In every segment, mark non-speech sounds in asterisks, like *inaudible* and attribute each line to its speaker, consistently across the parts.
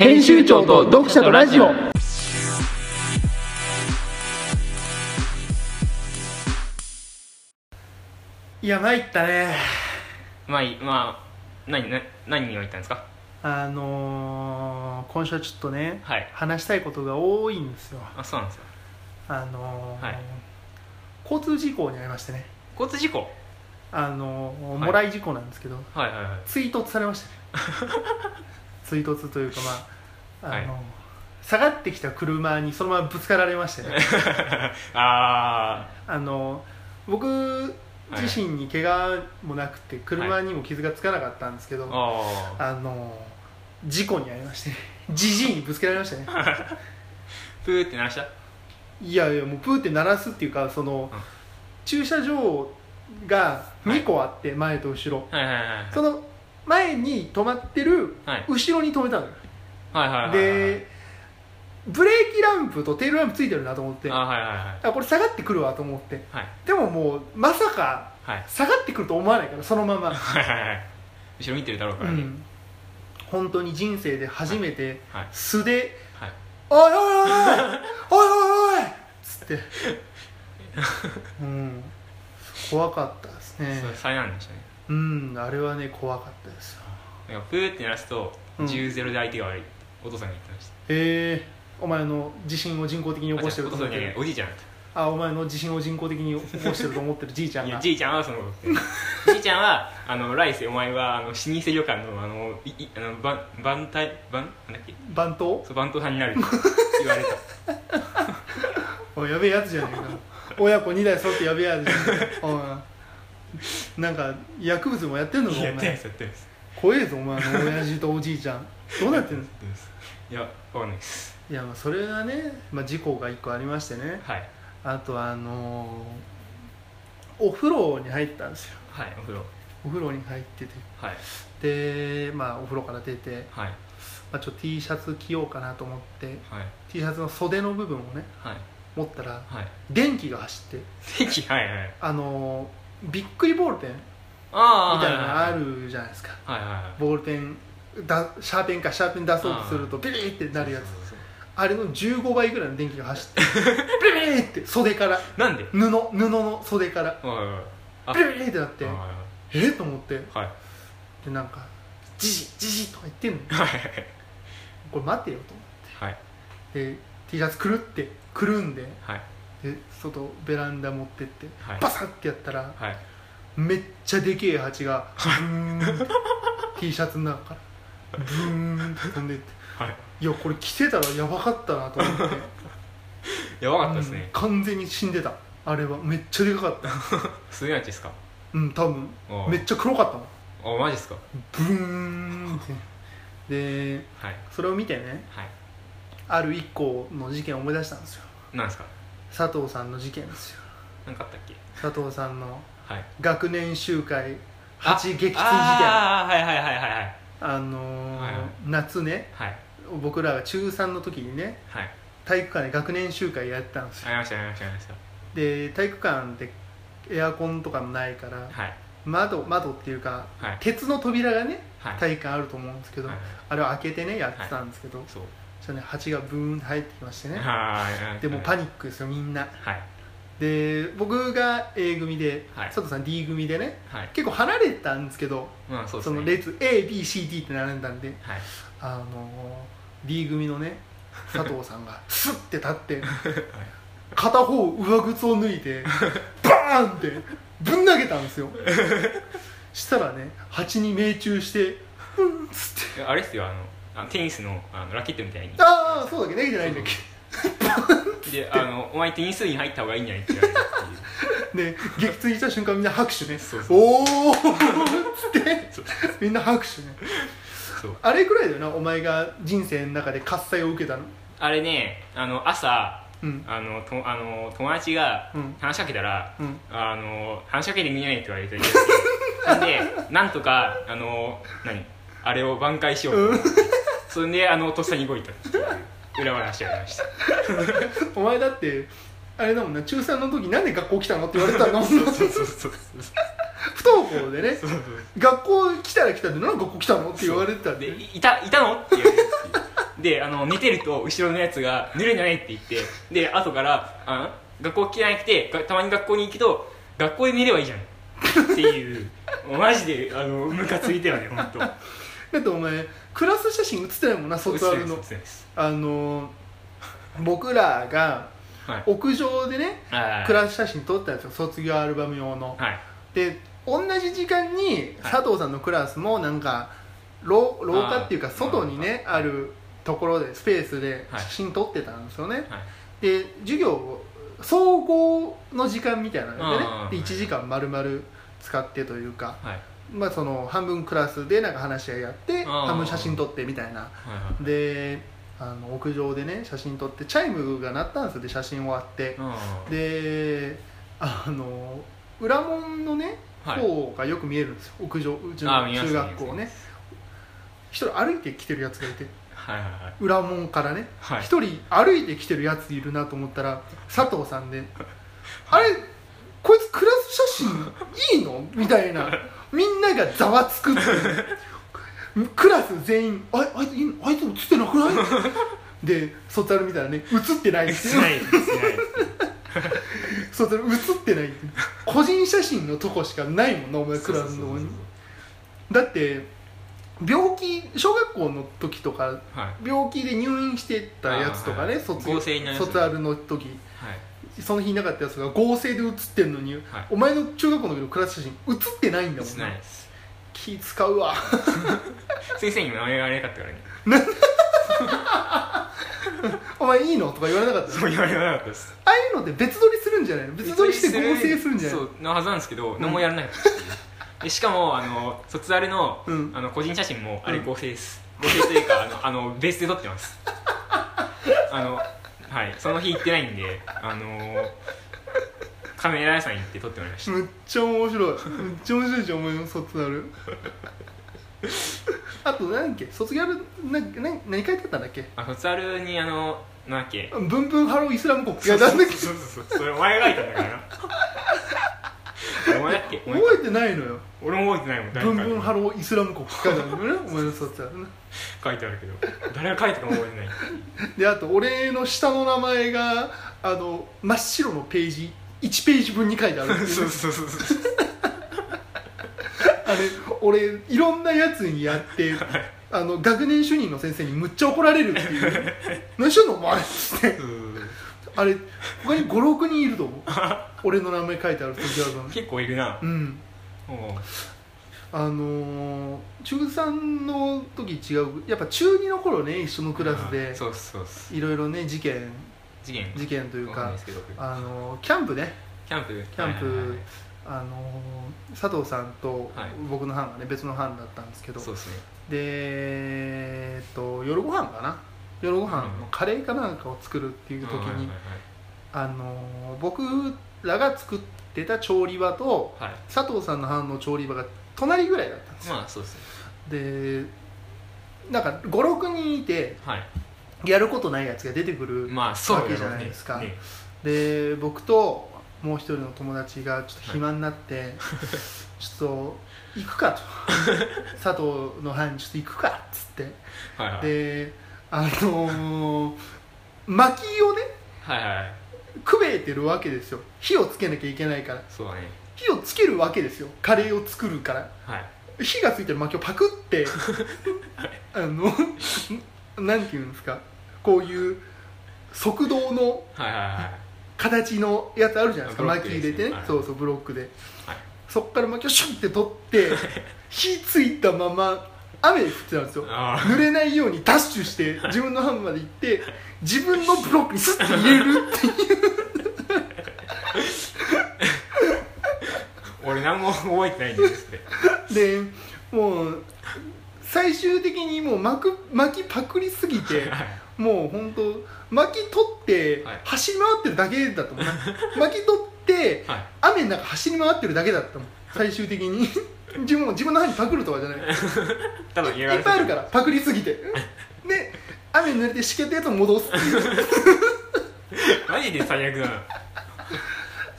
Speaker 1: 編集長と読者とラジオいや参ったね
Speaker 2: まあいいまあ何何何を言ったんですか
Speaker 1: あのー、今週はちょっとね、
Speaker 2: はい
Speaker 1: 話したいことが多いんですよ
Speaker 2: あそうなんですよ
Speaker 1: あのー
Speaker 2: はい
Speaker 1: 交通事故に遭いましてね
Speaker 2: 交通事故
Speaker 1: あのー
Speaker 2: い
Speaker 1: もらい事故なんですけど、
Speaker 2: はいはいはい
Speaker 1: 追突されましたね *laughs* 追突というかまああのー
Speaker 2: は
Speaker 1: 下がってきた車にそのままぶつかられましてね
Speaker 2: *laughs* あ
Speaker 1: あの僕自身に怪我もなくて車にも傷がつかなかったんですけど、
Speaker 2: ーあー
Speaker 1: あの事故に遭い
Speaker 2: *laughs*
Speaker 1: ましてじじいにぶつけられましたね
Speaker 2: プーって鳴らした
Speaker 1: いやいやもうプーって鳴らすっていうかその、
Speaker 2: うん
Speaker 1: 駐車場が
Speaker 2: はい
Speaker 1: 2個あって、前と後ろ
Speaker 2: はいはいはいはい
Speaker 1: その前に止まってる
Speaker 2: はい
Speaker 1: 後ろに止めたのよ、
Speaker 2: はいはいはい
Speaker 1: でブレーキランプとテールランプついてるなと思って
Speaker 2: あはいはいはい
Speaker 1: あこれ下がってくるわと思って
Speaker 2: はい
Speaker 1: でももうまさか
Speaker 2: はい
Speaker 1: 下がってくると思わないからそのまま
Speaker 2: はいはいはい後ろ見てるだろうか
Speaker 1: う
Speaker 2: らね
Speaker 1: ん、本当に人生で初めて
Speaker 2: はい
Speaker 1: 素で
Speaker 2: はい
Speaker 1: 「おいおいおいおいおいおい!」っつって、 *laughs* うん、怖かったですね
Speaker 2: それ災難でしたね
Speaker 1: うんあれはね怖かったですよ
Speaker 2: なんかプーって鳴らすと
Speaker 1: うん
Speaker 2: 10ゼロで相手が悪いお父さんが言ってました
Speaker 1: えー、お前の地震を人工的に起こして
Speaker 2: あ
Speaker 1: る
Speaker 2: 違うお父
Speaker 1: と思
Speaker 2: さ
Speaker 1: っ
Speaker 2: ん
Speaker 1: て
Speaker 2: じゃない
Speaker 1: る
Speaker 2: おじいちゃん
Speaker 1: あお前の地震を人工的に起こしてると思ってるじいちゃん
Speaker 2: いや
Speaker 1: が
Speaker 2: じいちゃんはそのじいちゃんはあの来世お前はあの老舗旅館のあのいいあのばん番隊番なんだっけ
Speaker 1: 番頭
Speaker 2: そう番頭さんになるって言われた
Speaker 1: おいやべえやつじゃねえか親子2代揃ってやべえやつじゃねえかおいなんか薬物もやってんのかお
Speaker 2: いややってない
Speaker 1: 前
Speaker 2: ですやってないです
Speaker 1: 怖えぞお前の親父とおじいち
Speaker 2: *laughs*
Speaker 1: ゃんどうなってんの
Speaker 2: やですいやわかんないです
Speaker 1: いやまあそれはね、まあ、事故が1個ありましてね
Speaker 2: はい
Speaker 1: あとあのーお風呂に入ったんですよ
Speaker 2: はいお風呂
Speaker 1: お風呂に入って
Speaker 2: はい
Speaker 1: てでまあお風呂から出て、
Speaker 2: はい
Speaker 1: まあ、ちょっと T シャツ着ようかなと思って
Speaker 2: はい
Speaker 1: T シャツの袖の部分をね
Speaker 2: はい
Speaker 1: 持ったら
Speaker 2: はい
Speaker 1: 電気が走って
Speaker 2: 天気はいはい
Speaker 1: あのーびっくりボールペンみ
Speaker 2: ああ
Speaker 1: たいなのがあ
Speaker 2: はい
Speaker 1: るじゃないですか
Speaker 2: はいはい
Speaker 1: ボールペンだシャーペンかシャーペン出そうとするとビリーってなるやつ
Speaker 2: そうそうそう
Speaker 1: あれの15倍ぐらいの電気が走って *laughs* ビリーって袖から
Speaker 2: なんで
Speaker 1: 布布の袖から
Speaker 2: はいはいはいあ
Speaker 1: ビリビリってなって
Speaker 2: はいはい
Speaker 1: えっと思って
Speaker 2: はい
Speaker 1: でなんか「じじじじ」とか言ってん
Speaker 2: は
Speaker 1: の
Speaker 2: い
Speaker 1: これ待てよと思
Speaker 2: はい
Speaker 1: ってで T シャツくるってくるんで
Speaker 2: はい
Speaker 1: で外ベランダ持ってって
Speaker 2: はい
Speaker 1: バサッてやったら
Speaker 2: はい
Speaker 1: めっちゃでけえ蜂がブーンって
Speaker 2: *laughs*
Speaker 1: T シャツの中からブーンって飛んでって
Speaker 2: はい
Speaker 1: いやこれ着てたらやばかったなと
Speaker 2: *laughs*
Speaker 1: 思って
Speaker 2: やばかったです
Speaker 1: うん
Speaker 2: ね
Speaker 1: 完全に死んでたあれはめっちゃでかかった
Speaker 2: すげえですか
Speaker 1: うん多分
Speaker 2: おう
Speaker 1: めっちゃ黒かったもん
Speaker 2: おマジですか
Speaker 1: ブーンってで
Speaker 2: はい
Speaker 1: それを見てね
Speaker 2: は
Speaker 1: ある一個の事件を思い出したんですよ
Speaker 2: いなんですか
Speaker 1: 佐藤さんの事件ですよ
Speaker 2: なんかあったっけ
Speaker 1: 佐藤さんの
Speaker 2: はい
Speaker 1: 学年集会8撃墜事件あ
Speaker 2: ああはいはいはいはいはい
Speaker 1: のー
Speaker 2: はいはい
Speaker 1: 夏ね
Speaker 2: はい
Speaker 1: 僕らが中3の時にね
Speaker 2: はい
Speaker 1: 体育館で学年集会やってたんですよ
Speaker 2: ありましたありましたありました
Speaker 1: で体育館でエアコンとかもないから
Speaker 2: はい
Speaker 1: 窓窓っていうか
Speaker 2: はい
Speaker 1: 鉄の扉がね
Speaker 2: はい
Speaker 1: 体育館あると思うんですけど、
Speaker 2: はい
Speaker 1: あれを開けてねやってたんですけど、
Speaker 2: そう
Speaker 1: そしたらね蜂がブーンって入ってきましてね
Speaker 2: はい
Speaker 1: でもうパニックですよみんな
Speaker 2: はい
Speaker 1: で僕が A 組で、
Speaker 2: はい
Speaker 1: 佐藤さん D 組でね
Speaker 2: はい
Speaker 1: 結構離れてたんですけど
Speaker 2: まあそう
Speaker 1: そ,、
Speaker 2: ですね
Speaker 1: の列 ABCD って並んだんで
Speaker 2: はい
Speaker 1: あのー D 組のね佐藤さ
Speaker 2: *laughs*
Speaker 1: んがスッて立って片方上靴を脱いでバーンってぶん投げたんです
Speaker 2: *laughs*
Speaker 1: よしたらね蜂に命中してうんっつって
Speaker 2: いやあれっすよあのあのテニスのあのラケットみたいに
Speaker 1: ああそうだっけ投げてないんだっけ
Speaker 2: であのお前テニス部に入った方がいいんじゃないって言われたっていう
Speaker 1: で撃墜した瞬間みんな拍手ね
Speaker 2: そうそう
Speaker 1: おおっつって
Speaker 2: そう
Speaker 1: みんな拍手ね
Speaker 2: そう
Speaker 1: あれくらいだよなお前が人生の中で喝采を受けたの
Speaker 2: あれねあの朝
Speaker 1: うん
Speaker 2: あのとあの友達が
Speaker 1: うん
Speaker 2: 話しかけたら、
Speaker 1: うん
Speaker 2: あの話しかけてみないって言われ *laughs* てなんでなんとかあの何あれを挽回しようと思って、それであのとっさに動いたっていう裏話がありました
Speaker 1: お前だってあれだもんな中3の時なんで学校来たのって言われてたの
Speaker 2: そうそうそうそう
Speaker 1: 不登校でね
Speaker 2: そう
Speaker 1: 学校来たら来たでなんで学校来たのって言われてたん
Speaker 2: で
Speaker 1: で
Speaker 2: いいたいたのって言われてであの寝てると後ろのやつが「寝るんじゃない」って言ってで後から「あ学校嫌いなくてがたまに学校に行くと学校で寝ればいいじゃん」っていうもうマジであのムカついたよね *laughs* 本当
Speaker 1: だってお前クラス写真写ってないもんな卒アル
Speaker 2: そ
Speaker 1: の
Speaker 2: うです
Speaker 1: あのー僕らが
Speaker 2: はい
Speaker 1: 屋上でね
Speaker 2: はい
Speaker 1: クラス写真撮ったやつよ卒業アルバム用の
Speaker 2: はい
Speaker 1: で同じ時間に
Speaker 2: はい
Speaker 1: 佐藤さんのクラスもなんか廊廊下っていうか
Speaker 2: あー
Speaker 1: 外にねあるところでスペースで
Speaker 2: はい
Speaker 1: 写真撮ってたんですよね、
Speaker 2: はい
Speaker 1: で授業を総合の時間みたいなのでね
Speaker 2: あー
Speaker 1: で1時間丸々使ってというか、
Speaker 2: はい
Speaker 1: まあ、その半分クラスでなんか話し合いやって
Speaker 2: あー
Speaker 1: 半分写真撮ってみたいな
Speaker 2: はいはい
Speaker 1: であの屋上でね写真撮ってチャイムが鳴ったんですよで写真終わって
Speaker 2: うん
Speaker 1: であの裏門のね
Speaker 2: はい
Speaker 1: 方がよく見えるんですよ、屋上うちの
Speaker 2: あ見ます
Speaker 1: 中学校
Speaker 2: 見ま
Speaker 1: ね一人歩いてきてるやつがいて
Speaker 2: はいはいはい
Speaker 1: 裏門からね
Speaker 2: はい
Speaker 1: 一、人歩いてきてるやついるなと思った
Speaker 2: *laughs*
Speaker 1: ら佐藤さんで「あれこいつクラス写真いいの?」みたいなみんながざわつくっていうクラス全員「ああいついいのあいつ写ってなくない?」で卒アル見たらね写ってないんです
Speaker 2: し
Speaker 1: よ
Speaker 2: ないですしないです
Speaker 1: *laughs* 卒アル写ってないって個人写真のとこしかないもんなお前クラスのとこにだって病気小学校の時とか
Speaker 2: はい
Speaker 1: 病気で入院してたやつとかね、
Speaker 2: あーはい
Speaker 1: 卒
Speaker 2: 合成になりますね
Speaker 1: 卒アルの時
Speaker 2: はい
Speaker 1: その日いなかったやつが合成で写ってんのに、
Speaker 2: い
Speaker 1: お前の中学校の時のクラス写真写ってないんだもん
Speaker 2: しないです
Speaker 1: 気使うわ
Speaker 2: 先生にも言われなかったからね
Speaker 1: お前いいのとか言われなかった
Speaker 2: そう言われなかったです
Speaker 1: ああいうのって別撮りするんじゃないの別撮りして合成するんじゃ
Speaker 2: そ
Speaker 1: ないの
Speaker 2: うのはずなんですけど何もやらなかったっていうでしかもあの卒アルの,、
Speaker 1: うん
Speaker 2: あの個人写真もあれ
Speaker 1: うん
Speaker 2: 合成です、合成というかあのあのベースで撮ってますあのはいその日行ってないんであのカメラ屋さん行って撮ってもらいました
Speaker 1: むっちゃ面白いむっちゃ面白いじゃんお前の卒アルあと何だっけ卒業アルなな何書いてあったんだっけ
Speaker 2: あ卒アルにあのなんだっけ
Speaker 1: ブンブンハローイスラム国いやなんだっけ
Speaker 2: そうそうそうそれお前が書いたんだからなお前だっけお前
Speaker 1: 覚えてないのよ
Speaker 2: 俺も覚えてないもん誰
Speaker 1: ブン
Speaker 2: が書いた
Speaker 1: ブン
Speaker 2: の
Speaker 1: ハローイスラム国書いてあるの
Speaker 2: *laughs*
Speaker 1: ねお前の卒アルな
Speaker 2: 書いてあるけど誰が書いたかも覚えてない
Speaker 1: であと俺の下の名前があの真っ白のページ1ページ分に書いてあるっていうね
Speaker 2: そうそうそうそう
Speaker 1: あれ俺いろんなやつにやってあの学年主任の先生にむっちゃ怒られるっていうね
Speaker 2: *laughs*
Speaker 1: 何してんのお前っつってあれ他に56人いると思う俺の名前書いてある時あるの
Speaker 2: 結構いるな
Speaker 1: うん
Speaker 2: も
Speaker 1: あのー中3の時違うやっぱ中2の頃ね一緒の
Speaker 2: う
Speaker 1: クラスで
Speaker 2: そうそうそうそう
Speaker 1: いろいろね事件
Speaker 2: 次元
Speaker 1: 事件という
Speaker 2: わんな
Speaker 1: か
Speaker 2: いですけど僕
Speaker 1: あのーキャンプね
Speaker 2: キャンプ
Speaker 1: キャンプ
Speaker 2: はいはいはい
Speaker 1: あのー佐藤さんと
Speaker 2: はい
Speaker 1: 僕の班がね別の班だったんですけど、
Speaker 2: そうですね
Speaker 1: でえっと夜ご飯かな夜ご飯のカレーかなんかを作るっていう時に、
Speaker 2: うんはい
Speaker 1: あのー僕らが作ってた調理場と
Speaker 2: はいはいはい
Speaker 1: 佐藤さんの班の調理場が隣ぐらいだったんですよ、
Speaker 2: まあそうですね
Speaker 1: でなんか56人いて
Speaker 2: はい
Speaker 1: やることないやつが出てくる、
Speaker 2: まあそうだろう
Speaker 1: わけじゃないですか
Speaker 2: ね
Speaker 1: で僕ともう一人の友達がちょっと暇になって、ちょっと行
Speaker 2: *laughs*
Speaker 1: くかと佐藤の班にちょっと行くかっつって
Speaker 2: はいはい
Speaker 1: であのー、薪をね
Speaker 2: はいはいはい
Speaker 1: くべえてるわけですよ火をつけなきゃいけないから
Speaker 2: そうだね
Speaker 1: 火をつけるわけですよカレーを作るから
Speaker 2: はい
Speaker 1: 火がついてる薪をパクって
Speaker 2: *laughs*
Speaker 1: あのなんていうんですかこういう側道の
Speaker 2: はいはいはい
Speaker 1: 形のやつあるじゃないですか
Speaker 2: ブロッ
Speaker 1: 薪
Speaker 2: ク
Speaker 1: 入れて
Speaker 2: です
Speaker 1: ね、
Speaker 2: ねはい
Speaker 1: そうそうブロックで、
Speaker 2: はい
Speaker 1: そっから薪をシュッて取って
Speaker 2: *laughs*
Speaker 1: 火ついたまま雨降ってたんですよ
Speaker 2: あ
Speaker 1: 濡れないようにダッシュして自分の班まで行って自分のブロックにスッて入れるっていう
Speaker 2: あ俺何も覚えてないんですって
Speaker 1: でもう最終的にもう薪薪パクりすぎてもう本当薪取って
Speaker 2: はい
Speaker 1: 走り回ってるだけだったもんな、薪取って
Speaker 2: はい
Speaker 1: 雨の中走り回ってるだけだ *laughs* ったもん最終的に自分も自分の班にパクるとかじゃない
Speaker 2: ただ言われ
Speaker 1: いってぱいあるからパクりすぎ *laughs* てで雨に濡れてしけたやつを戻すっていう
Speaker 2: マジで最悪だな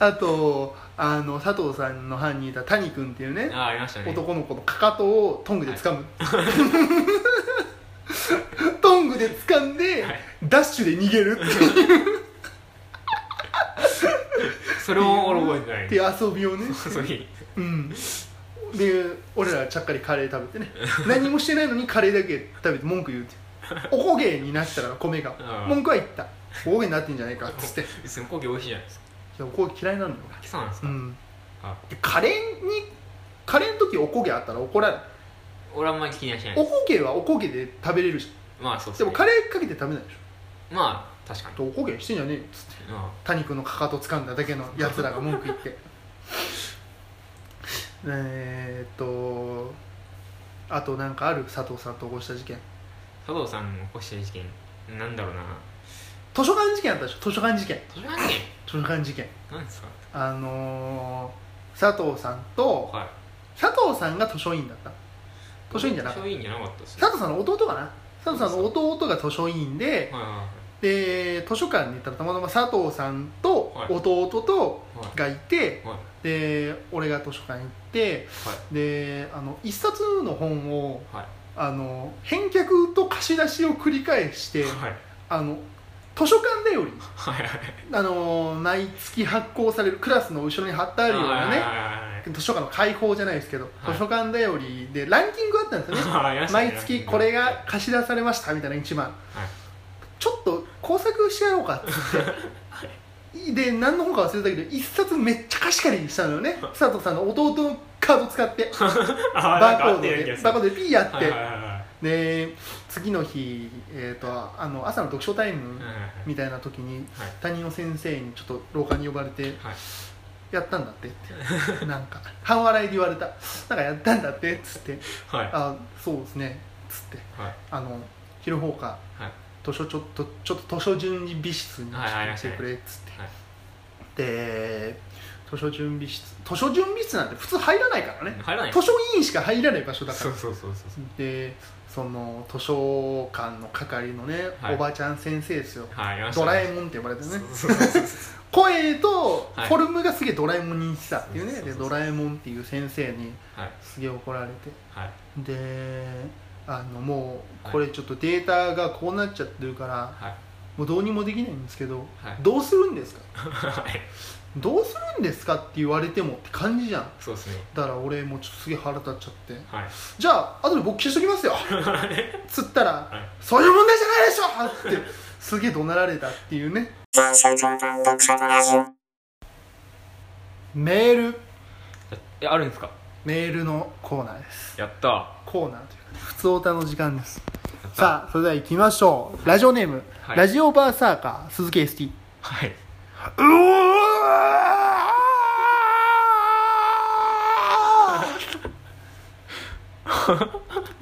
Speaker 1: あとあの佐藤さんの班にいた谷君っていうね
Speaker 2: あありましたね
Speaker 1: *laughs* 男の子のかかとをトングで掴む、トングムで掴んで、
Speaker 2: はい
Speaker 1: ダッシュで逃げるっていう
Speaker 2: それも俺覚えてない
Speaker 1: っていう遊びを *laughs* ね
Speaker 2: そうに
Speaker 1: うんで俺らはちゃっかりカレー食べてね何もしてないのにカレーだけ食べて文句言うっておこげになってたから米が
Speaker 2: あー
Speaker 1: 文句は言ったおこげになってんじゃないかっつってい
Speaker 2: 別にコーヒー美味しいじゃないですか
Speaker 1: やおこげ嫌いなのよ、
Speaker 2: あそうなんです
Speaker 1: う
Speaker 2: か、
Speaker 1: ん、
Speaker 2: あ
Speaker 1: でカレーにカレーの時おこげあったら怒らない
Speaker 2: 俺はあんまり気にはしない
Speaker 1: おこげはおこげで食べれるし
Speaker 2: まあそうで
Speaker 1: ですも
Speaker 2: ね
Speaker 1: カレーかけて食べないでし
Speaker 2: まあ確かに
Speaker 1: ょおこげしてんじゃねえよっつって
Speaker 2: ま
Speaker 1: 谷君のかかと掴んだだけのやつらが文句言って *laughs* えーっとあとなんかある佐藤さんと起こした事件
Speaker 2: あ佐藤さんの起こした事件なんだろうな
Speaker 1: 図書館事件あったでしょ図書館事件
Speaker 2: 図書館事件
Speaker 1: 図書館事件
Speaker 2: 何ですか
Speaker 1: あのー、佐藤さんと
Speaker 2: はい
Speaker 1: 佐藤さんが図書委員だった図書委員じゃなかっ
Speaker 2: 図書委員じゃなかったです
Speaker 1: た
Speaker 2: ね
Speaker 1: 佐藤さんの弟かな佐藤さんの弟が図書委員で
Speaker 2: はいはいはい
Speaker 1: で図書館に行ったらたまたま佐藤さんと
Speaker 2: はい
Speaker 1: 弟と
Speaker 2: はい
Speaker 1: がいて
Speaker 2: はい
Speaker 1: で俺が図書館行ってであの一冊の本を
Speaker 2: はい
Speaker 1: あの返却と貸し出しを繰り返して
Speaker 2: はい
Speaker 1: あの図書館だより
Speaker 2: はいはい
Speaker 1: あの毎月発行されるクラスの後ろに貼ってあるようなね
Speaker 2: ね
Speaker 1: 図書館の開放じゃないですけど、
Speaker 2: はい
Speaker 1: 図書館だよりでランキングあったんですよね毎月これが貸し出されましたみたいな一番ちょっと工作してやろうかっつってで何の本か忘れたけど一冊めっちゃ貸し借りしたのよね佐藤さんの弟のカード使ってバ
Speaker 2: バ
Speaker 1: ーコードでバーコードでピーやって、
Speaker 2: はいはいはいはい
Speaker 1: で次の日、えー、とあの朝の読書タイムみたいな時に
Speaker 2: はい
Speaker 1: 担任の先生にちょっと廊下に呼ばれて
Speaker 2: はい
Speaker 1: 「やったんだって」ってなんか半笑いで言われた「なんかやったんだって」っつって
Speaker 2: はい
Speaker 1: 「あそうですね」っつって
Speaker 2: はい
Speaker 1: あの昼放課
Speaker 2: はい
Speaker 1: 図書ちょっとちょっと図書準備室に
Speaker 2: はいはい
Speaker 1: 来てくれっつって、
Speaker 2: はい
Speaker 1: で図書準備室図書準備室なんて普通入らないからね、
Speaker 2: 入らない
Speaker 1: 図書委員しか入らない場所だから
Speaker 2: そうそうそうそう
Speaker 1: でその図書館の係のね、
Speaker 2: はい
Speaker 1: おばちゃん先生ですよ
Speaker 2: はい
Speaker 1: ドラえ
Speaker 2: ん
Speaker 1: もんって呼ばれてね
Speaker 2: そうそうそうそう
Speaker 1: 声と
Speaker 2: はい
Speaker 1: フォルムがすげえドラえもんに似てたっていうね
Speaker 2: そうそう
Speaker 1: で
Speaker 2: そうそう
Speaker 1: ドラえもんっていう先生に
Speaker 2: はい
Speaker 1: すげえ怒られて
Speaker 2: はい
Speaker 1: であのもうこれちょっとデータがこうなっちゃってるから、
Speaker 2: はい
Speaker 1: もうどうにもできないんですけど、
Speaker 2: はい
Speaker 1: どうするんですか
Speaker 2: はい
Speaker 1: どうするんですかって言われてもって感じじゃん
Speaker 2: そうですね
Speaker 1: だから俺もうちょっとすげえ腹立っちゃって
Speaker 2: はい
Speaker 1: じゃあ後で僕消しときま
Speaker 2: *laughs*
Speaker 1: すよつったら、
Speaker 2: はい
Speaker 1: そういう問題じゃないでしょってすげえ怒鳴られたっていうねメール
Speaker 2: えあるんですか
Speaker 1: メールのコーナーです
Speaker 2: やったは
Speaker 1: コーナーというか普通歌の時間です
Speaker 2: やった
Speaker 1: さあそれでは行きましょうラジオネーム、
Speaker 2: はい
Speaker 1: ラジオバーサーカー鈴木 ST
Speaker 2: いう
Speaker 1: おー今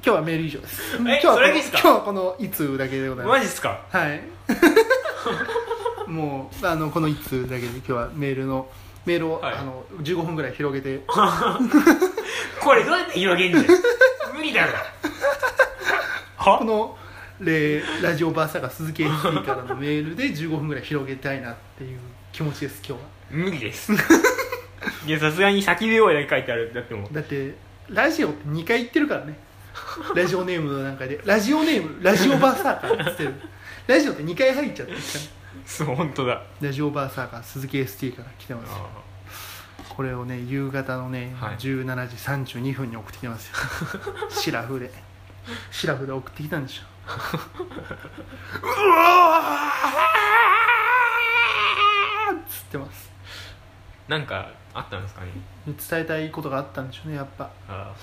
Speaker 1: 日はメール以上です今日は
Speaker 2: それだけですか
Speaker 1: この今日はこの一通だけでございます
Speaker 2: マジっすか
Speaker 1: はいもうあのこの1通だけで今日はメールのメールを、
Speaker 2: はい
Speaker 1: あの15分ぐらい広げて
Speaker 2: これどうやって広げんじゃん無理だろ
Speaker 1: このレラジオバーサーが鈴木 HD からのメールで15分ぐらい広げたいなっていう気持ちです今日は
Speaker 2: 無理ですいやさすがに叫び声だけ書いてあるだってもう
Speaker 1: だってラジオって2回言ってるからねラジオネームの中でラジオネームラジオバーサーカーって言ってるラジオって2回入っちゃってるから
Speaker 2: そう本当だ
Speaker 1: ラジオバーサーカー鈴木 ST から来てますこれをね夕方のね、
Speaker 2: はい
Speaker 1: 17時32分に送ってきてます
Speaker 2: *laughs*
Speaker 1: よシラフでシラフで送ってきたんでしょうわーっつってます
Speaker 2: なんかあったんですかね
Speaker 1: 伝えたいことがあったんでしょうねやっぱ
Speaker 2: あ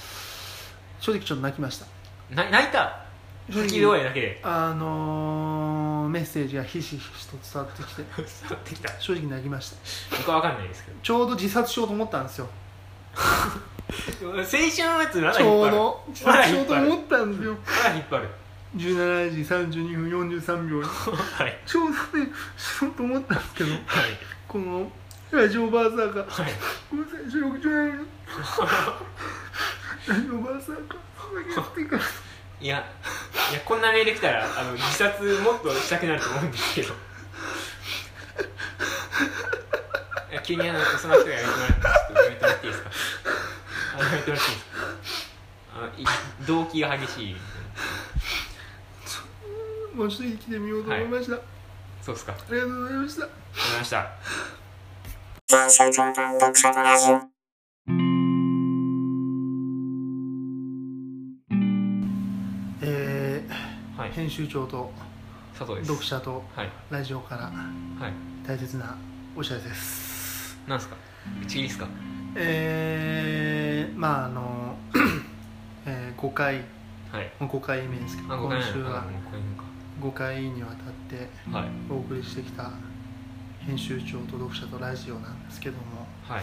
Speaker 1: 正直ちょっと泣きました
Speaker 2: ーな泣いた叫び声だけで
Speaker 1: あのー、メッセージがひしひしと伝わってきて
Speaker 2: 伝わってきた
Speaker 1: 正直泣きました
Speaker 2: 僕は分かんないですけど
Speaker 1: ちょうど自殺しようと思ったんですよ
Speaker 2: 青春のやつなら
Speaker 1: ち
Speaker 2: 引っ
Speaker 1: ょう
Speaker 2: 張る
Speaker 1: ど自殺しようと思ったんですよ
Speaker 2: なら引っ張る
Speaker 1: 17時32分43秒に
Speaker 2: はい
Speaker 1: ちょうどね、しようと思ったんですけど、
Speaker 2: はい
Speaker 1: このラジオバーサーが、
Speaker 2: はい
Speaker 1: ごめんなさい、収録中なのに、 *laughs* ラジオバーサーが、やってから、
Speaker 2: いやいやこんなメール来たらあの自殺もっとしたくなると思うんですけどいや急にあのその人がやめてもらってちょっとやめてもらっていいですかあのやめてもらっていいですかあのい動機が激しい
Speaker 1: もうちょっと生きてみようと思いました、
Speaker 2: そうっすか。わか
Speaker 1: ありがとうございました
Speaker 2: りました。
Speaker 1: え
Speaker 2: はい
Speaker 1: ー、。編集長と
Speaker 2: 佐藤です。
Speaker 1: 読者と
Speaker 2: はい。
Speaker 1: ラジオから
Speaker 2: はい。
Speaker 1: 大切なお知らせです
Speaker 2: なんすか打ち切りっすか
Speaker 1: えー、まああの、 *coughs* えー、5回
Speaker 2: はい。
Speaker 1: もう5回目ですけ
Speaker 2: あ、
Speaker 1: ど
Speaker 2: ごめん
Speaker 1: 今
Speaker 2: なさい。
Speaker 1: 週は
Speaker 2: あもうこれいいのか。
Speaker 1: 5回にわたって
Speaker 2: はい。
Speaker 1: お送りしてきた編集長と読者とラジオなんですけども
Speaker 2: はい。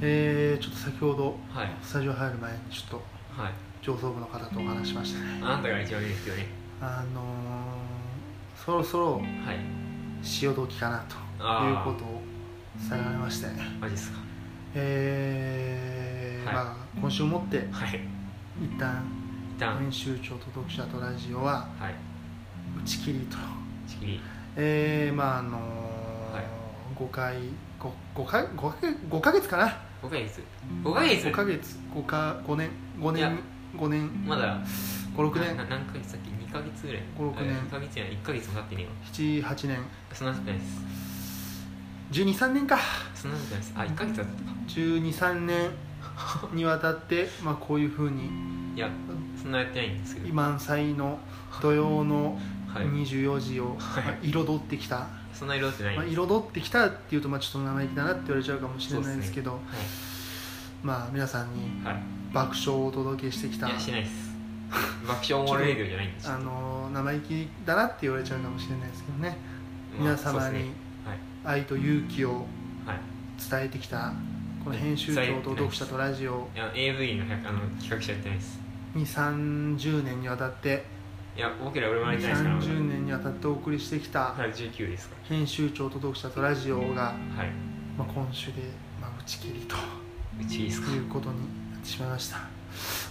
Speaker 1: えー、ちょっと先ほど
Speaker 2: はい。
Speaker 1: スタジオ入る前にちょっと
Speaker 2: はい。
Speaker 1: 上層部の方とお話しましたね
Speaker 2: あなたが一番いいですよね。
Speaker 1: あのー、そろそろ
Speaker 2: はい。
Speaker 1: 潮時かなという
Speaker 2: あー
Speaker 1: ことを伝えられまして
Speaker 2: マジっすか。
Speaker 1: えー
Speaker 2: はい
Speaker 1: まあ今週をもって
Speaker 2: はい。
Speaker 1: 一旦
Speaker 2: 一旦。
Speaker 1: 編集長と読者とラジオは
Speaker 2: はい。
Speaker 1: 打ち切りと
Speaker 2: 打ち切り。
Speaker 1: えー、まああのー
Speaker 2: はい
Speaker 1: 5回 5, 5, 回 5, か5ヶ月かな
Speaker 2: 5ヶ月。5ヶ月
Speaker 1: 5ヶ月5か5年5
Speaker 2: いや
Speaker 1: 年5年
Speaker 2: まだ、
Speaker 1: 56
Speaker 2: な *laughs*
Speaker 1: 年
Speaker 2: な何ヶ月だっけ ?2 ヶ月ぐらい。
Speaker 1: 5 6年
Speaker 2: 2ヶ月や1ヶ月も経ってねえわ。
Speaker 1: 78年
Speaker 2: そんなことないです。
Speaker 1: 123年か
Speaker 2: そんなことないです。あ、1ヶ月だったか。
Speaker 1: 123年
Speaker 2: *laughs*
Speaker 1: にわたって、まあ、こういうふうに
Speaker 2: いや、そんなやってないんですけど。
Speaker 1: 今際の土曜の
Speaker 2: はい。
Speaker 1: 24時を
Speaker 2: はい
Speaker 1: まあ彩ってきた、
Speaker 2: そんな色ってない
Speaker 1: まあ、
Speaker 2: んです。
Speaker 1: 彩ってきたっていうとまあちょっと生意気だなって言われちゃうかもしれないですけどまあ皆さんに
Speaker 2: はい。はい。
Speaker 1: 爆笑をお届けしてきた
Speaker 2: いや、しないです。爆笑オールレディオじゃないん *laughs* です。
Speaker 1: あの生意気だなって言われちゃうかもしれないですけどね
Speaker 2: まあ
Speaker 1: 皆様
Speaker 2: そうっす
Speaker 1: に
Speaker 2: ねはい。
Speaker 1: 愛と勇気を
Speaker 2: はい。
Speaker 1: 伝えてきたこの編集長と読者とラジオ
Speaker 2: いや、AV の百あの企画者やってないです。
Speaker 1: に30年にわたって
Speaker 2: いや、僕ら生まれてないですから。
Speaker 1: 30年にわたってお送りしてきた
Speaker 2: はい、19ですか
Speaker 1: 編集長と読者とラジオ
Speaker 2: ら。
Speaker 1: が、
Speaker 2: はい。
Speaker 1: まあ、今週で、まあ、打ち切りと
Speaker 2: うちいいですか
Speaker 1: いうことになってしまいました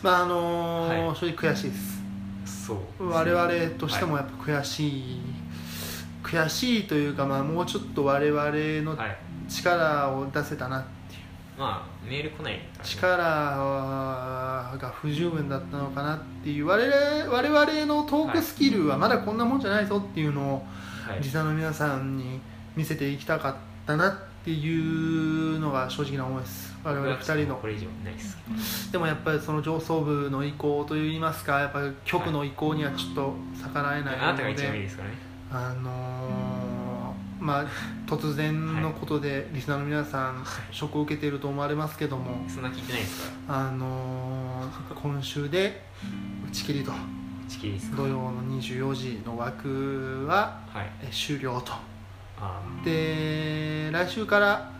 Speaker 1: まああのー
Speaker 2: は
Speaker 1: 正直悔しいです
Speaker 2: そう。
Speaker 1: 我々としても
Speaker 2: はい。
Speaker 1: やっぱ悔しい、悔しいというか、まあ、もうちょっと我々の
Speaker 2: はい
Speaker 1: 力を出せたなっていう、
Speaker 2: まあ、メール来ないからね。
Speaker 1: 力が不十分だったのかなっていう我々我々のトークスキルはまだこんなもんじゃないぞっていうのを
Speaker 2: はい。
Speaker 1: リスナーの皆さんに見せていきたかったなっていうのが正直な思いです我々2人の
Speaker 2: これ以上ないです。
Speaker 1: でもやっぱりその上層部の意向といいますかやっぱり局の意向にはちょっと逆らえ
Speaker 2: あ
Speaker 1: ない
Speaker 2: な
Speaker 1: の
Speaker 2: たが一番いい
Speaker 1: で
Speaker 2: ですからね。
Speaker 1: あのーまあ突然のことでリスナーの皆さんショックを受けていると思われますけども
Speaker 2: そんな聞いてないですから。
Speaker 1: あのー今週で打ち切りと
Speaker 2: うちきりですか
Speaker 1: 土曜の24時の枠は
Speaker 2: はい。
Speaker 1: え終了と
Speaker 2: あ
Speaker 1: で来週から、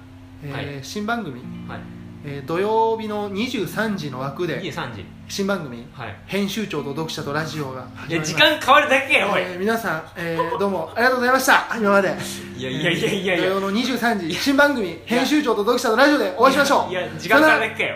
Speaker 1: えー
Speaker 2: はい
Speaker 1: 新番組、
Speaker 2: あ。はい。
Speaker 1: えー土曜日の23時の枠で
Speaker 2: 23時。
Speaker 1: 新番組
Speaker 2: はい。
Speaker 1: 編集長と読者とラジオが
Speaker 2: い
Speaker 1: 始まり
Speaker 2: や、
Speaker 1: ます
Speaker 2: 時間変わるだけや、おい。
Speaker 1: えー皆さん、えーどうもありがとうございました今まで
Speaker 2: いやいやいやいやい
Speaker 1: 土
Speaker 2: や。
Speaker 1: 曜の23時新番組編集長と読者とラジオでお会いしましょう
Speaker 2: いや、時間変わるだけよ。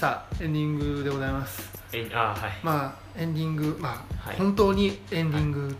Speaker 1: さあエンディングでございます
Speaker 2: え、あー、はい。
Speaker 1: まあエンディングまあ、
Speaker 2: はい
Speaker 1: 本当にエンディング、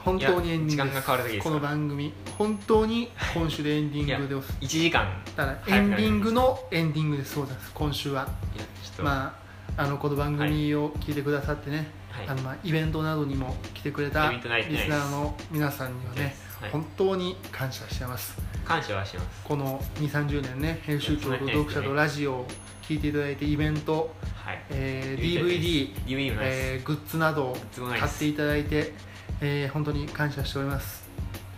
Speaker 1: 本当にエンディ
Speaker 2: いや時
Speaker 1: ング
Speaker 2: 間が変わるだけです
Speaker 1: この番組本当に今週でエンディングです
Speaker 2: 1時間。
Speaker 1: だか
Speaker 2: 早くな
Speaker 1: らエ
Speaker 2: り
Speaker 1: ン
Speaker 2: ま
Speaker 1: デ
Speaker 2: す
Speaker 1: ィングのエンディングですそうなんです今週はい
Speaker 2: や、ちょっと。
Speaker 1: まああのこの番組を聞いてくださってね、
Speaker 2: はい
Speaker 1: あのまあイベントなどにも来てくれた
Speaker 2: イベ
Speaker 1: リ
Speaker 2: ン
Speaker 1: ス
Speaker 2: ト
Speaker 1: ナ
Speaker 2: ないってないです
Speaker 1: ーの皆さんにはね、
Speaker 2: はい
Speaker 1: 本当に感謝してます
Speaker 2: 感謝はしてます。
Speaker 1: この2 3 0年ね編集長と読者とラジオを聞いていただいてイベント、
Speaker 2: はい。
Speaker 1: えー DVD
Speaker 2: DVD もないです。
Speaker 1: えーグッズなどを
Speaker 2: ッズもないで
Speaker 1: 買
Speaker 2: す
Speaker 1: っていただいて、えー本当に感謝しております、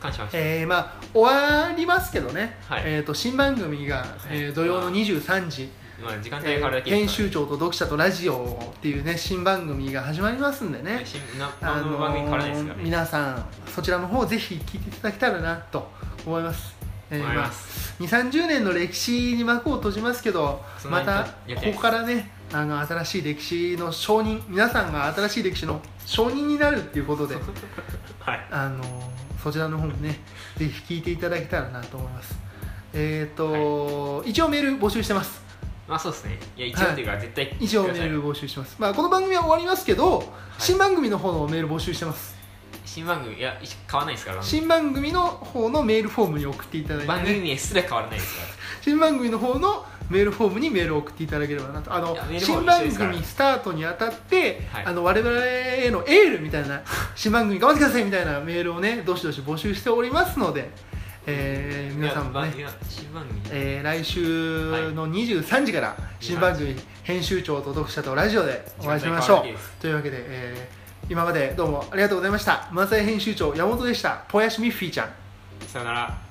Speaker 2: 感謝はして
Speaker 1: えーまあ、終わりますけどね、
Speaker 2: はい
Speaker 1: えー、と新番組が、えー土曜の23時、
Speaker 2: ます。まあ、時間帯
Speaker 1: え
Speaker 2: 変わるだ
Speaker 1: ー
Speaker 2: けで
Speaker 1: 編
Speaker 2: すから
Speaker 1: 集長と読者とラジオっていうね新番組が始まりますんでね、
Speaker 2: 新な
Speaker 1: あ
Speaker 2: あの番組変わらないですか
Speaker 1: の
Speaker 2: ら
Speaker 1: ー
Speaker 2: ね。
Speaker 1: 皆さんそちらの方ぜひ聞いていただけたらなと思います、えー
Speaker 2: 思い
Speaker 1: まあ
Speaker 2: ます。
Speaker 1: 2 3 0年の歴史に幕を閉じますけど
Speaker 2: そんな
Speaker 1: ま
Speaker 2: に
Speaker 1: た
Speaker 2: やってない
Speaker 1: ここからねあの新しい歴史の承認皆さんが新しい歴史の承認になるっていうことで
Speaker 2: はい。
Speaker 1: あのそちらの方もねぜひ聞いていただけたらなと思いますえっ、と、一応メール募集してます
Speaker 2: まあそうですね。いや、一応というか、絶対
Speaker 1: 一応メール募集してます、まあ、この番組は終わりますけど、新番組の方のメール募集してます
Speaker 2: し新番組いや変わらないですから
Speaker 1: 新番組の方のメールフォームに送っていただいて、
Speaker 2: 番組
Speaker 1: ね、
Speaker 2: 名すら変わらないですから
Speaker 1: 新番組の方のメールフォームにメールを送っていただければなとあ
Speaker 2: い
Speaker 1: の
Speaker 2: やメールフォー
Speaker 1: 新
Speaker 2: ム一緒
Speaker 1: 番
Speaker 2: ですから
Speaker 1: 組スタートにあたって、
Speaker 2: はい
Speaker 1: あの我々へのエールみたいな新番組頑張ってくださいみたいなメールをねどしどし募集しておりますので、えー皆さんもね
Speaker 2: いやばいや新番組
Speaker 1: えー来週の23時から新番組編集長と読者とラジオでお会いしましょうというわけで、えー今までどうもありがとうございました漫才編集長山本でしたぽやしみっふィーちゃん
Speaker 2: さよなら